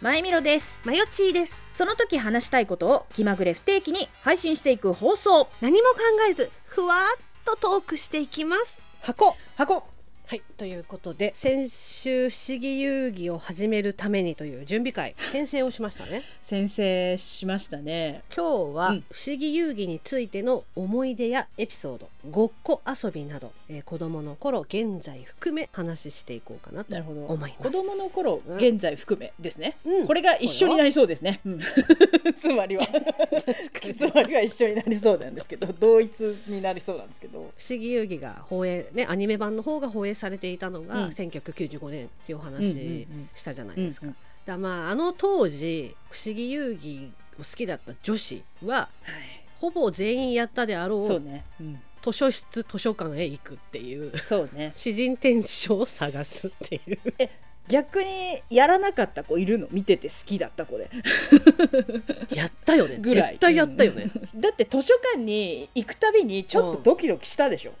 まゆみろですマヨチーですその時話したいことを気まぐれ不定期に配信していく放送何も考えずふわっとトークしていきます箱箱はいということで先週「不思議遊戯」を始めるためにという準備会編成をしましたね先生しましたね今日はうん「不思議遊戯」についての思い出やエピソードごっこ遊びなど、えー子どもの頃現在含め話していこうかなとなるほど思います子供の頃、うん現在含めですねうんこれが一緒になりそうですね、うん つまりはつまりは一緒になりそうなんですけど同一になりそうなんですけど不思議遊戯が放映ねアニメ版の方が放映されていたのうが、ん1995年っていうおうんうんう話んしたじゃないうんうですか。んだまああの当時不思議遊戯を好きだった女子ははいほぼ全員やったであろそううね、うん、図書室図書館へ行くっ ていうそうね詩人転書を探すっていう逆にやらなかった子いるの見てて好きだった子でやったよねぐらい 絶対やったよね、 だって図書館に行くたびにちょっとドキドキしたでしょ、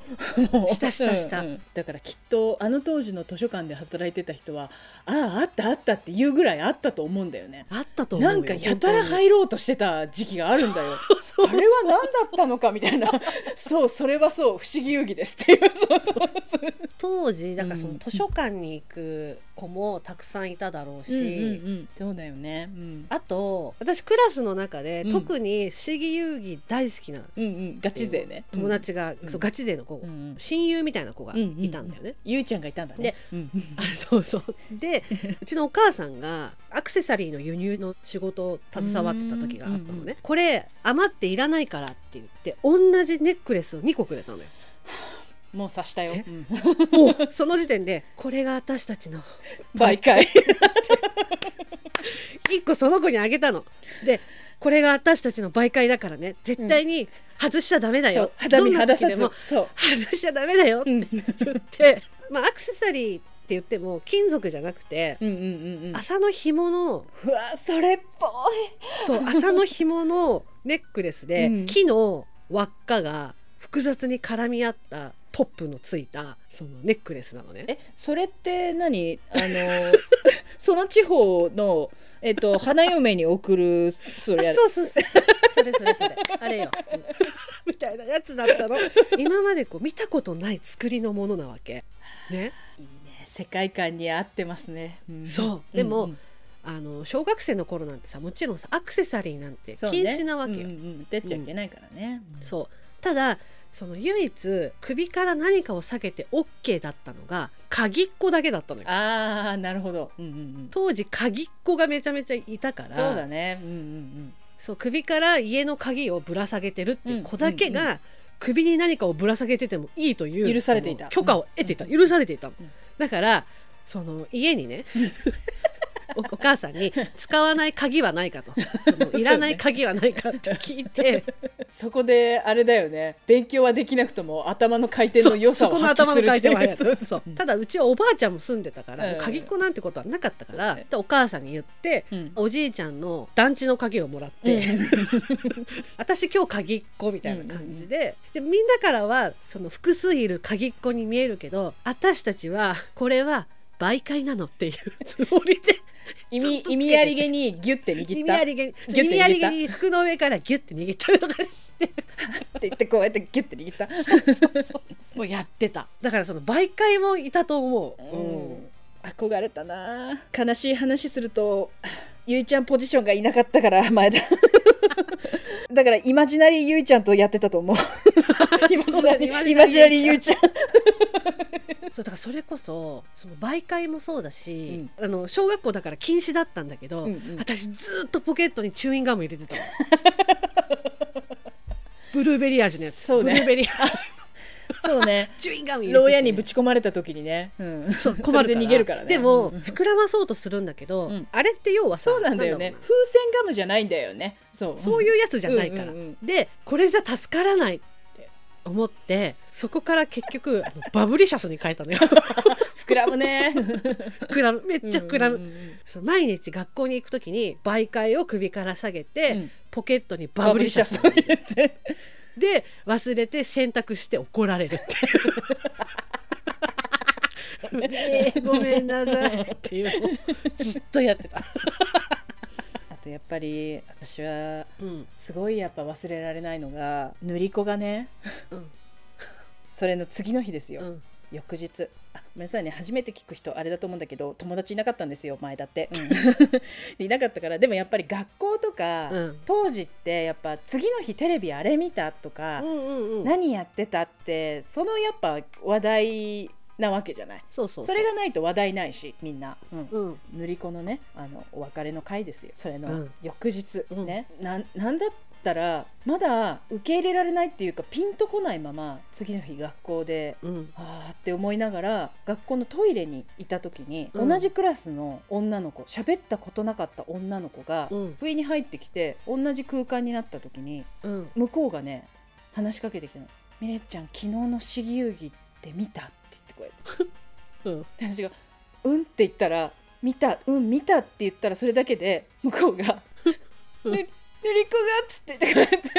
もうしたしたしただからきっとあの当時の図書館で働いてた人はあああったあったっていうぐらいあったと思うんだよねあったと思うなよんかやたらる入ろうとしてた時期があるんだよ そうあれは何だったのかみた いなそうそれはそう不思議遊戯ですっていうそうそうそう当時だからそのうん図書館に行く子もたくさんいただろうし、そうだよね、うん、あと私クラスの中で、うん特に不思議遊戯大好きなうんうんガチ勢ね友達が、うんそうガチ勢の子、うんうん親友みたいな子がうんうんうんいたんだよね。ゆいちゃんがいたんだねでうんあそうそうでうちのお母さんがアクセサリーの輸入の仕事を携わってた時があったのね、うんうんうんこれ余っていらないからって言って同じネックレスを2個くれ たのよもう察したよえうんもうその時点でこれが私たちの媒介1個その子にあげたのでこれが私たちの媒介だからね絶対に外しちゃダメだそよ、う 肌身どんな肌時でさずもそう外しちゃダメだよってうん言って、まあアクセサリーって言っても金属じゃなくて、うんうんうん麻の紐のうわそれっぽそう麻の紐のネックレスで、うん木の輪っかが複雑に絡み合ったトップのついたそのネックレスなのねいえそれって何あの その地方のえっと花嫁に送るそあれやそうそうそうそれそれそれあれよ、うんみたいなやつだったの今までこう見たことない作りのものなわけねいいね世界観に合ってますね、うんそうでもんんあの小学生の頃なんてさもちろんさアクセサリーなんてそうね禁止なわけようんうん出ちゃいけないからね、うんそうただその唯一首から何かを避けて OK だったのが鍵っ子だけだったのよああなるほど、うんうんうん、当時鍵っ子がめちゃめちゃいたからそうだねうんうんそう首から家の鍵をぶら下げてるっていう子だけが、うんうん首に何かをぶら下げててもいいという許されていたその許可を得てた、う許されていたの、うんだからその家にねおお母さ んに使わない鍵はないかとそのいらない鍵はないかって聞いてうんそこであれだよね勉強はできなくとも頭の回転の良さそをこの発揮頭すのる回ってい転うはあれやつそううんただうちはおばあちゃんも住んでたから、うんもう鍵っ子なんてことはなかったかそら、うねでお母さんに言ってうんおじいちゃんの団地の鍵をもらって、私今日鍵っ子みたいな感じで,、でみんなからはその複数いる鍵っ子に見えるけど私たちはこれは媒介なのっていうつもりで意ず味っとつけて意味ありげに ギュッて握った意味ありげにギュッて握った意味ありげに服の上からギュッて握ったりとかしてって言ってこうやってギュッて握った。もうやってただからその媒介もいたと思う、うん憧れたな悲しい話するとゆいちゃんポジションがいなかったから 前田だからイマジナリーゆいちゃんとやってたと思う イマジナリーイイママジジナナリリーゆーゆい いちゃんそうだからそれこそその媒介もそうだし、あの小学校だから禁止だったんだけど、うんうん私ずっとポケットにチューインガム入れ てたのブルーベリー味のやつそうねブルーベリー 味そう ねチューインガム入れてて牢屋にぶち込まれた時にね、うん、そう困るそれからで逃げるからねでも、うん膨らまそうとするんだけど、うんあれって要はさそうなんだよねろう風船ガムじゃないんだよねそうなそういうやつじゃないから、うんうんでこれじゃ助からないって思ってそこから結局あのバブリシャスに変えたのよ膨らむ ね膨らむめっちゃ膨らむ、うんうんうんそう毎日学校に行くときに媒介を首から下げて、うんポケットにババブブリリシシャスャスを入れてで忘れて洗濯して怒られる っていうねえごめんなさいっていうのをずっとやってたとやっぱり私はうんすごいやっぱ忘れられないのが塗り子がねうんそれの次の日ですよ、うん翌日あごめんなさいね初めて聞く人あれだと思うんだけど友達いなかったんですよ前だって、 うんいなかったからでもやっぱり学校とか、うん当時ってやっぱ次の日テレビあれ見たとか、うんうん何やってたってそのやっぱ話題なわけじゃないそうそうそれがないと話題ないしみんな、うんうん塗り子のねあのお別れの会ですよそれうのん翌日、うんねなんなんだったらまだ受け入れられないっていうかピンとこないまま次の日学校でうんあーって思いながら学校のトイレにいた時に、うん同じクラスの女の子喋ったことなかった女の子が、うん不意に入ってきて同じ空間になった時にうん向こうがね話しかけてきたの「ミレッちゃん昨日の市議遊戯って見た?」って言ってこうやって。うんで私が「うん」って言ったら「見たうん見た」って言ったらそれだけで向こうが「うんぬぬりこが」っつって言って くれてで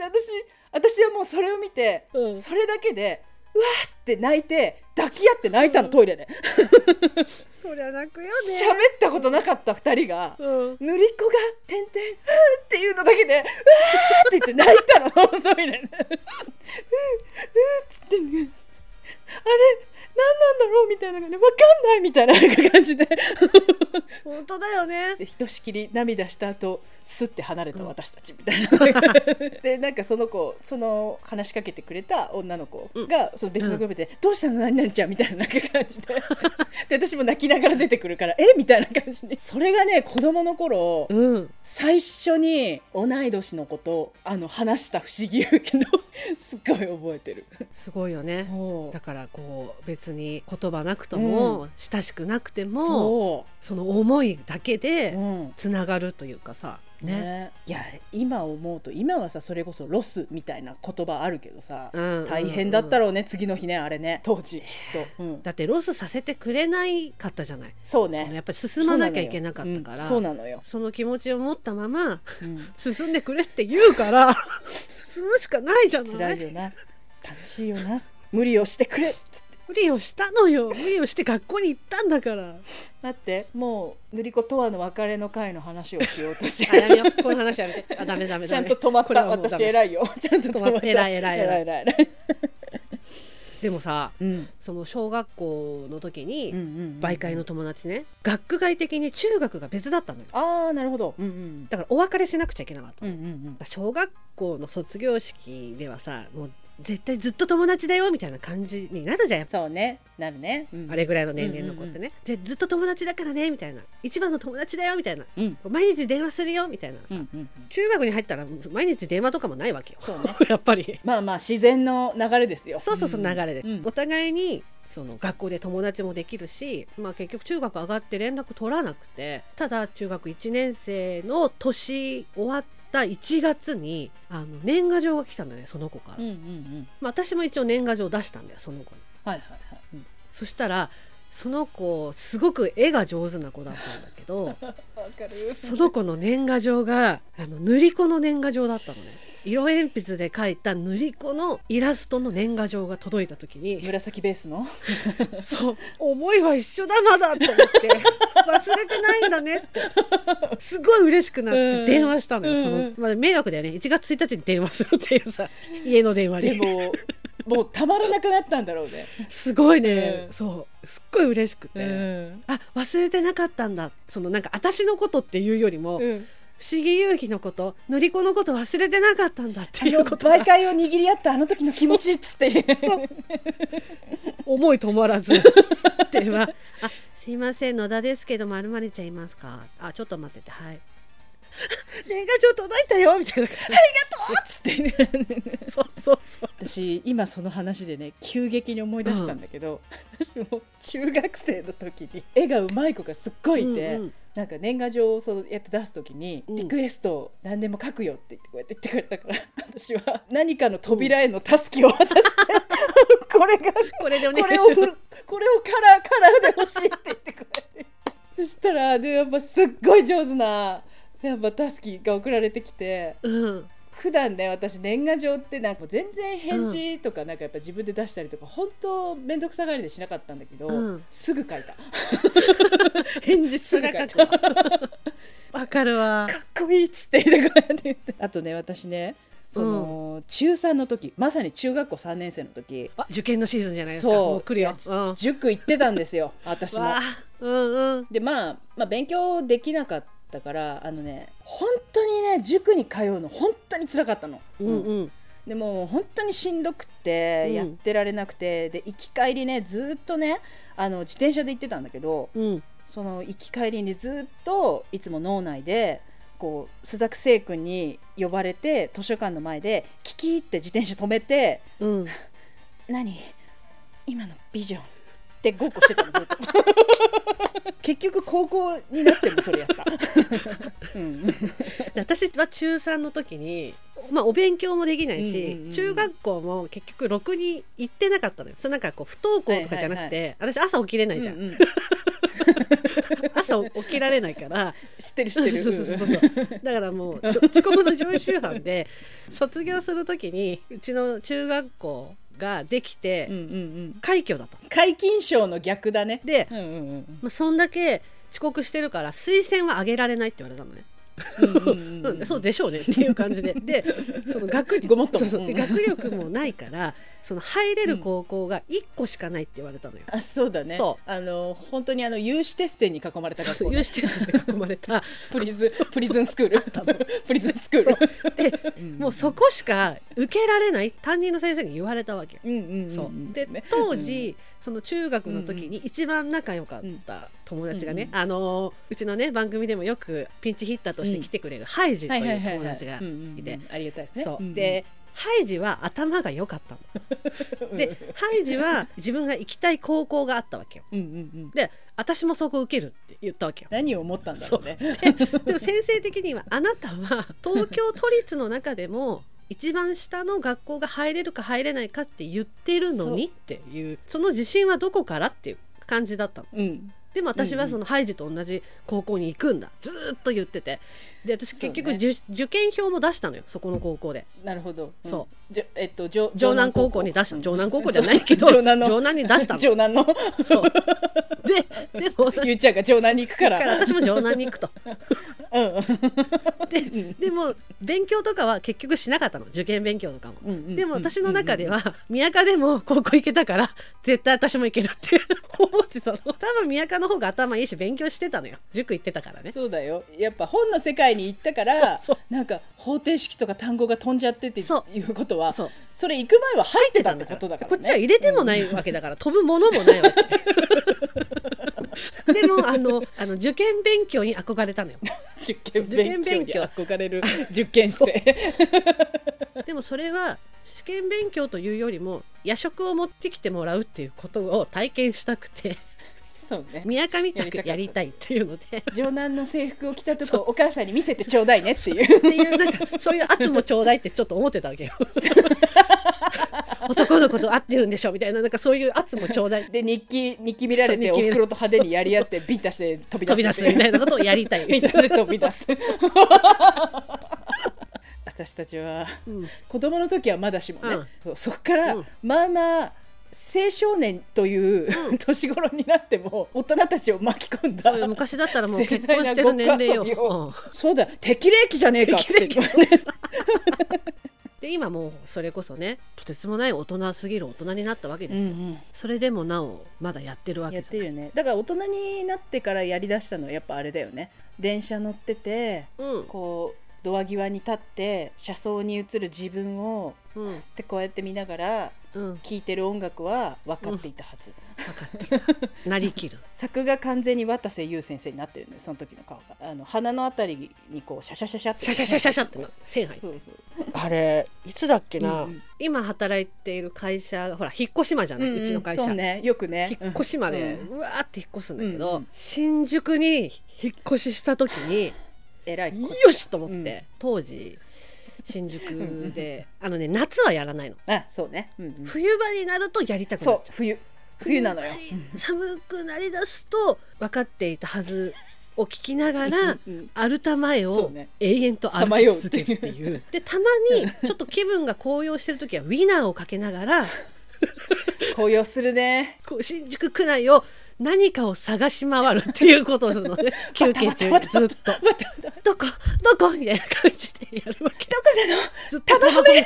私私はもうそれを見てうんそれだけで「うわ!」って泣いて抱き合って泣いたのトイレでそりゃ泣くよ喋ったことなかった2人が。うんぬりこが「てんてん」うんっていうのだけで「うわ!」って言って泣いたのそのトイレで「うんうん」っつってねあれ何なんだろうみたいなのがね分かんないみたいななんか感じで本当だよねでひとしきり涙した後スッて離れたうん私たちみたいな、でなんかその子その話しかけてくれた女の子が、その別のグループで「どうしたの何々ちゃん」みたいななんか感じでで私も泣きながら出てくるから「えみたいな感じでそれがね子供の頃うん最初に同い年の子とあの話した不思議遊戯のすっごい覚えてる。すごいよねそうだからこう別に言葉なくとも、親しくなくてもそその思いだけう、でうんつながるというかさねねいや今思うと今はさそれこそロスみたいな言葉あるけどさ、うん大変だったうんろうね、次の日ねあれね当時きっと、うんだってロスさせてくれないかったじゃないそうそのやねっぱり進まなきゃいけなかったからそうなのよ、その気持ちを持ったままうん進んでくれって言うから 進むしかないじゃな辛いいよな楽しいよな無理をしてくれっつって無理をしたのよ無理をして学校に行ったん だから待ってもう塗り子とはの別れの会の話をしようとして あやめようこの話やめてあダメダメちゃダんメと止まっこれたはもうダ私メ偉いよ ちゃんと止まっ止まったた偉い偉い偉い偉い偉いでもさうんその小学校の時に、うんうん媒介の友達ね学区外的に中学が別だったのよああなるほどうんうんだからお別れしなくちゃいけなかったうんうん小学校の卒業式ではさもう絶対ずっと友達だよみたいな感じになるじゃんやっぱそうねなるね、うんあれぐらいの年齢の子ってね、ぜずっと友達だからねみたいな一番の友達だよみたいなうん毎日電話するよみたいなさ、うんうんうん中学に入ったら毎日電話とかもないわけよそうね やっぱりまあまあ自然の流れですよそうそうそう流れで、うんお互いにその学校で友達もできるし、まあ、結局中学上がって連絡取らなくてただ中学1年生の年終わった1月にあの年賀状が来たんだねその子から、うんうんうんまあ、私も一応年賀状出したんだよその子にはいはいはい、うんそしたらその子すごく絵が上手な子だったんだ けどわかるその子の年賀状があの塗り子の年賀状だったのね色鉛筆で描いた塗り子のイラストの年賀状が届いた時に紫ベースのそう思いは一緒だまだと思って忘れてないんだねってすごい嬉しくなっうてん電話したのよ、うんそのまあ、迷惑だよね1月1日に電話するっていうさ家の電話でにももうたまらなくなったんだろうね、すごいね、うんそうすっごい嬉しくて、んあ忘れてなかったんだそのなんか私のことっていうよりも、うん、不思議遊戯のことのりこのこと忘れてなかったんだってあいうのことが媒介を握り合ったあの時の気持ちっ つって思い止まらず 電話あすいません野田ですけどまるまるちゃんいますかあちょっと待っててはい 年賀状届いたよみたいな感じつってねそうそうそう私今その話でね急激に思い出したんだけど、私も中学生の時に絵がうまい子がすっごいいて、うんうんなんか年賀状をそうやって出す時に、うんリクエストを何でも書くよって言ってこうやって言ってくれたから私は何かの扉へのたすきを渡して、 これがこれでお願こいしれまをす振るこれをカラーカラーで欲しいって言ってく れてそしたらでやっぱすっごい上手なやっぱタスキが送られてきてうん普段ね私年賀状ってなんか全然返事とかなんかやっぱ自分で出したりとか、本当面倒くさがりでしなかったんだけど、うんすぐ書いた返現実辛かっかたわかるわっこいいっつって言ってこうやって言ってあとね私ねその、中3の時まさに中学校3年生の時あ受験のシーズンじゃないですかそうもう来るよ、うん、わ塾行ってたん ですよ私もあうんうんでまあ、まあ勉強できなかったからあのね本当にね塾に通うの本当につらかったの、うんうんでもう本当にしんどくってうんやってられなくて、で行き帰りねずっとねあの自転車で行ってたんだけどうんその行き帰りにずっといつも脳内でこう須作聖君に呼ばれて図書館の前でキキって自転車止めてうん「何今のビジョン」ってごっこしてたのずっと 結局高校になってもそれやった、うん、で私は中3の時に、まあ、お勉強もできないし、うんうんうん中学校も結局ろくに行ってなかったのよそれなんかこう不登校とかじゃなくて、私朝起きれないじゃん、うんうん朝起きられないから知ってる 知そっうてそうるそうそうそうだからもうちょ遅刻の常習犯で卒業する時にうちの中学校ができて、うんうんうん快挙だと。解禁賞の逆だねで、うんうんまあ、そんだけ遅刻してるから推薦はあげられないって言われたのね。うんうんうんうん、そうでしょうねっていう感じででその学ごもっともそうそうでうん学力もないから その入れる高校が1個しかないって言われたのよ。あそうだねそあの本当にあの有志鉄線に囲まれたそう学そ校うね有志手数で囲まれたプリズンプリズンス クールプリズンスクールでんもうそこしか受けられない担任の先生に言われたわけよ。うんうんうんそううんでね当時、その中学の時に一番仲良かった友達がね、うんうんあのーうちのね番組でもよくピンチヒッターとして来てくれるハイジとはいいはういはい友はい達がうんうんうんいてありがたいですねそう、んんでハイジは頭が良かったの。でハイジは自分が行きたい高校があったわけようんうんうんで私もそこ受けるって言ったわけよ何を思ったんだろうね でも先生的にはあなたは東京都立の中でも一番下の学校が入れるか入れないかって言ってるのにっていうその自信はどこからっていう感じだったのうんでも私うんうはんそのハイジと同じ高校に行くんだずーっと言っててで私結局、そうね受受験票も出したのよそこの高校でなるほどんそじゃえっと上城南高校に出したうん城南高校じゃないけど そう城南の城南に出したの城南のそうででもゆうちゃんが城南に行くかだからら私も城南に行くとうんうんででも勉強とかは結局しなかったの受験勉強とかも。うんうんでも私の中では宮家でも高校行けたから 絶対私も行けるって 思ってたの多分宮家の方が頭いいし勉強してたのよ塾行ってたからねそうだよやっぱ本の世界に行ったからそうそなんか方程式とか単語が飛んじゃってってそいうことはそそうれ行く前は入ってたってだこかとだらから、こね、っちは入れてもないわけだから飛ぶものもないわけでもあのあの受験勉強に憧れたのよ受験勉強に受験勉強憧れる受験生でもそれは試験勉強というよりも夜食を持ってきてもらうっていうことを体験したくてそうね宮上たくやりたいっていうのでっ城南の制服を着たとこお母さんに見せてちょうだいねっていうていうなんかそういう圧もちょうだいってちょっと思ってたわけよ男の子と合ってるんでしょみたいななんかそういう圧もちょうだいで日記日記見られてそうお日記見られ袋と派手にやり合ってビンタして飛び出飛すび出すみたいなことをやりたいみんなで 飛び出 す私たちはうん子供の時はまだしもね、うんそうそっから、うんまあまあ青少年という、 年頃になっても大人たちを巻き込んだそういう昔だったらもう結婚してる年齢 盛よ大なごっこ遊びをうんそうだ適齢期じゃねえかっつって適で今もうそれこそねとてつもない大人すぎる大人になったわけで うんすよ、うんそれでもなおまだやってるわやけっじゃてんるよねだから大人になってからやりだしたのはやっぱあれだよね電車乗っててうんこうドア際に立って車窓に映る自分をうんってこうやって見ながらうん聴いてる音楽は分かっていたはず、分かってるなりきる作画完全に渡瀬優先生になってるねその時の顔があの鼻のあたりにこうシャシャシャシャってシャシャシャシャシャってな線入ってそうそうあれいつだっけうんうん今働いている会社がほら引っ越し間じゃない、うちの会社、そうねよくね引っ越し間で、うんうわーって引っ越すんだけど、うんうん新宿に引っ越しした時にえらいこっちゃよしと思って、うん当時新宿であのね夏はやらないのあそうね、うんうん冬場になるとやりたくなそうっちゃう冬冬なのよ寒くなりだすと分かっていたはずを聞きながらうんうんアルタ前そをうね永遠と歩き続けるっていうでたまにちょっと気分が高揚してる 時はウィナーをかけながら紅葉するねこう新宿区内を何かを探し回るっていうことをする のね休憩中にずっと「どこどこ?」みたいな感じでやるわ け。ずっと玉褒め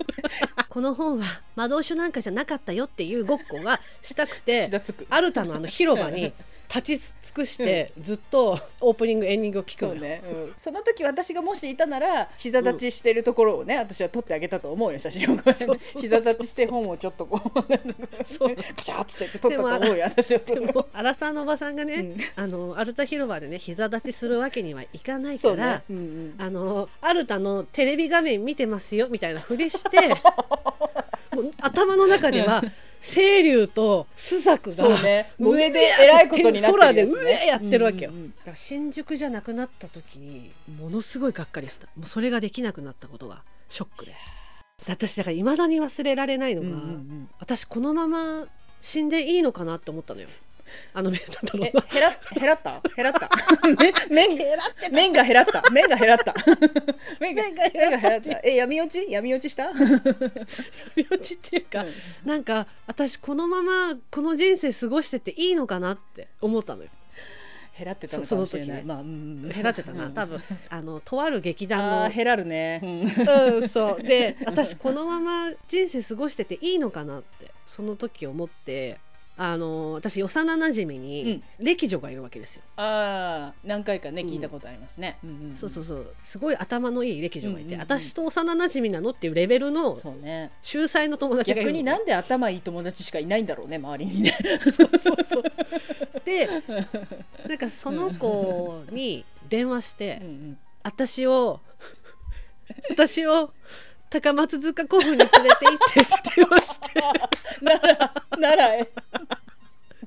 この本は魔導書なんかじゃなかったよっていうごっこがしたくて膝つくアルタのあの広場に立ち尽くしてずっとオープニングエンディングを聞くそのうよ。ね、うんその時私がもしいたなら膝立ちしてるところをね、私は撮ってあげたと思うよ写真をこうやってそうそうそう膝立ちして本をちょっとこうなんだろそううカシャーっつってやって撮ったと思うよ私はそれでをもアラサーのおばさんがね、うんあのアルタ広場でね膝立ちするわけにはいかないかそうら、ね、うんうん、あのアルタのテレビ画面見てますよみたいなふりして もう頭の中では清流と朱雀がそうね上でえらいことになってるやつね空で上やってるわけよ、うんうんうんだから新宿じゃなくなった時にものすごいがっかりしたもうそれができなくなったことがショックで私だからいまだに忘れられないのうんが、うんうん私このまま死んでいいのかなって思ったのよあのなんだろうえな減ら減らった減らった 麺減らって麺が減らった麺が減らった麺が麺が減らったえ闇落ち闇落ちした病気っていうか、うんなんか私このままこの人生過ごしてていいのかなって思ったのよ減らってたのかもしれないそその時ねまあ、うんうん、減らってたな多分あのとある劇あ団ー減らるね、うんのうんそうで私このまま人生過ごしてていいのかなってその時思ってあの私幼なじみに歴女がいるわけですよ、 ああ何回かね聞いたことありますね、うんうんそうそうそうすごい頭のいい歴女がいて、うんうんうん私と幼なじみなのっていうレベルのそうね秀才の友達がいる逆のになんで頭いい友達しかいないんだろうね周りにね でなんかその子に電話してうんうん私を私を高松塚古墳に連れて行ってって言ってまして ならえ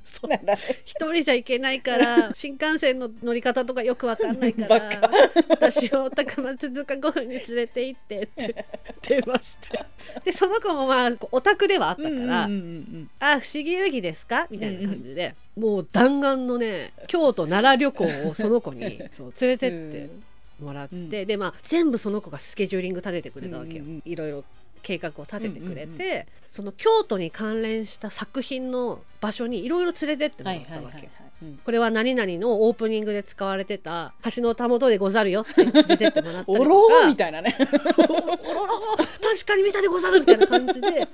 そうならえ一人じゃ行けないから新幹線の乗り方とかよくわかんないかバら私を高松塚古墳に連れて行ってって電話してでその子もまあオタクではあったから「うんうんうんあ不思議遊戯ですか?」みたいな感じで、もう弾丸のね京都奈良旅行をその子にそう連れてって。もらって、うんでまあ全部その子がスケジューリング立ててくれたわけよ、うんうんうんいろいろ計画を立ててくれて、うんうんその京都に関連した作品の場所にいろいろ連れてってもはらいっはたいわはけいよ。うんこれは何々のオープニングで使われてた橋のたもとでござるよって連れてってもらった りおとろーみかたいなねおろろ確かに見たでござるみたいな感じで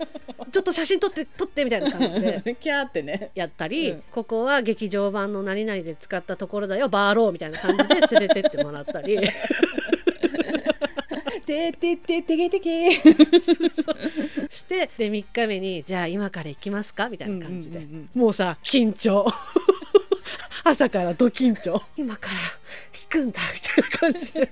ちょっと写真撮って撮ってみたいな感じで キャーってねやったり、うんここは劇場版の何々で使ったところだよバーローみたいな感じで連れてってもらった りててててげてけしてで3日目にじゃあ今から行きますかみたいな感じで、うんうんうんもうさ緊張 朝からド緊張今から行くんだみたいな感じで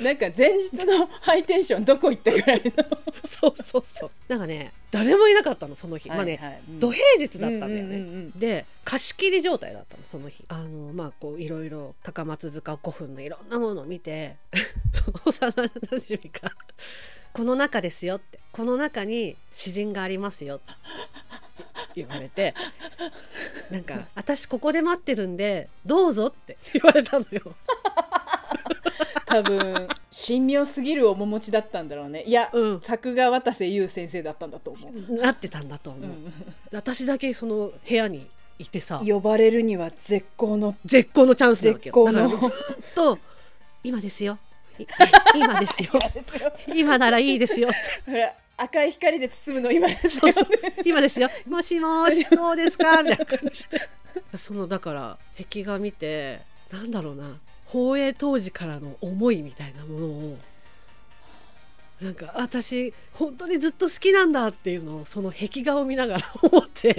なんか前日のハイテンションどこ行ったぐらいの そうそうそうなんかね誰もいなかったのその日、まあね、土平日だったんだよね、で貸し切り状態だったのその日あのまあこういろいろ高松塚古墳のいろんなものを見て その幼なじみが「この中ですよ」って「この中に詩人がありますよ」って言われてなんか「私ここで待ってるんでどうぞ」って言われたのよ。多分神妙すぎる面持ちだったんだろうねいや、うん作画渡瀬優先生だったんだと思う、なってたんだと思う、私だけその部屋にいてさ呼ばれるには絶好の絶好のチャンスなわけ絶よ好だからのずっと「今ですよい今ですよ」ですよ今ならいいですよって。ほら赤い光で包むの今ですよ、ね、今ですよ。もしもし、どうですかみたいな感じで。その、だから、壁画見て、なんだろうな、放映当時からの思いみたいなものを、なんか、私、本当にずっと好きなんだっていうのを、その壁画を見ながら 思って。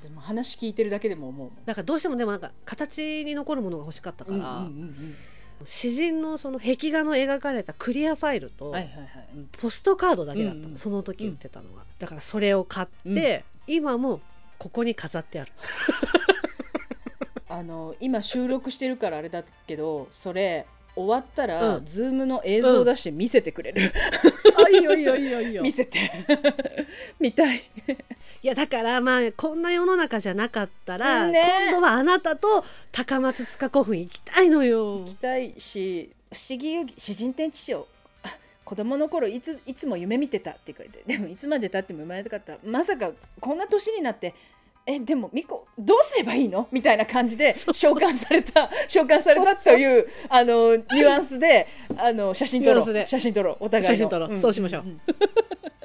でも話聞いてるだけでも思うもんだから、どうしてもでもなんか、形に残るものが欲しかったから、うんうんうん詩人のその壁画の描かれたクリアファイルと、うんはいはいはい、うんポストカードだけだったの、うんうんその時売ってたのは、だからそれを買って、今もここに飾ってあるあの今収録してるからあれだけどそれ終わったら、うんズームの映像出して見せてくれる、あいいよいいよいいよい い 見せて見たいいやだからまあこんな世の中じゃなかったら、ね今度はあなたと高松塚古墳行きたいのよ行きたいし「不思議遊戯詩人展示賞」あ子供の頃いつ いつも夢見てたって書いてでもいつまでたっても生まれなかったまさかこんな年になってえでもミコどうすればいいのみたいな感じで召喚された召喚されたというあのニュアンスであの写真撮ろニュアンスうで写真撮ろうお互いの写真撮ろうそうしましょう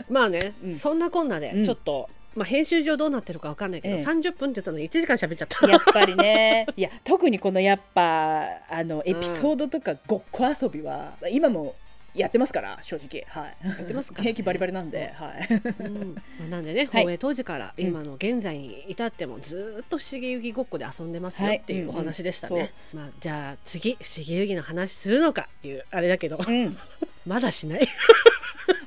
まあね、うんそんなこんなでうんちょっと、まあ、編集上どうなってるかわかんないけど、ええ30分って言ったのに1時間喋っちゃったやっぱりねいや特にこのやっぱあのエピソードとかごっこ遊びは、今もやってますから正直はいやってますから ね平気バリバリなんではいうんまあなんでねはい放映当時から今の現在に至ってもずっと不思議遊戯ごっこで遊んでますよはいっていうお話でしたね、うんうんまあ、じゃあ次不思議遊戯の話するのかっていうあれだけど うんまだしない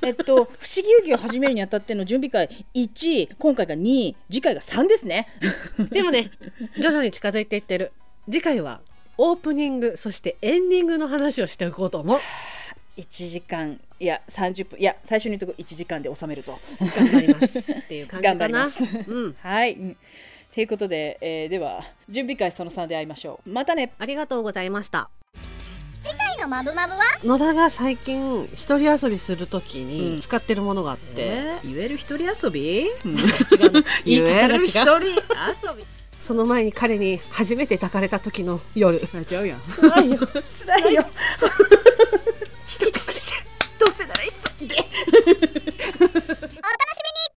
えっと、不思議遊戯を始めるにあたっての準備会1、今回が2、次回が3ですね。でもね徐々に近づいていってる次回はオープニングそしてエンディングの話をしていこうと思う1時間、いや、30分、いや、最初に言うとこ1時間で収めるぞ。頑張りますっていう感じか頑張りまなすうんはい。うんということで、えーでは、準備会その3で会いましょう。またねありがとうございました回のマブマブは野田が最近一人遊びするときうんに使ってるものがあって、言える一人遊び 違うの言い言え方が違るう一人遊 その前に彼に初めて抱かれた時の夜び。ちゃうやん。辛いよ つらいよ。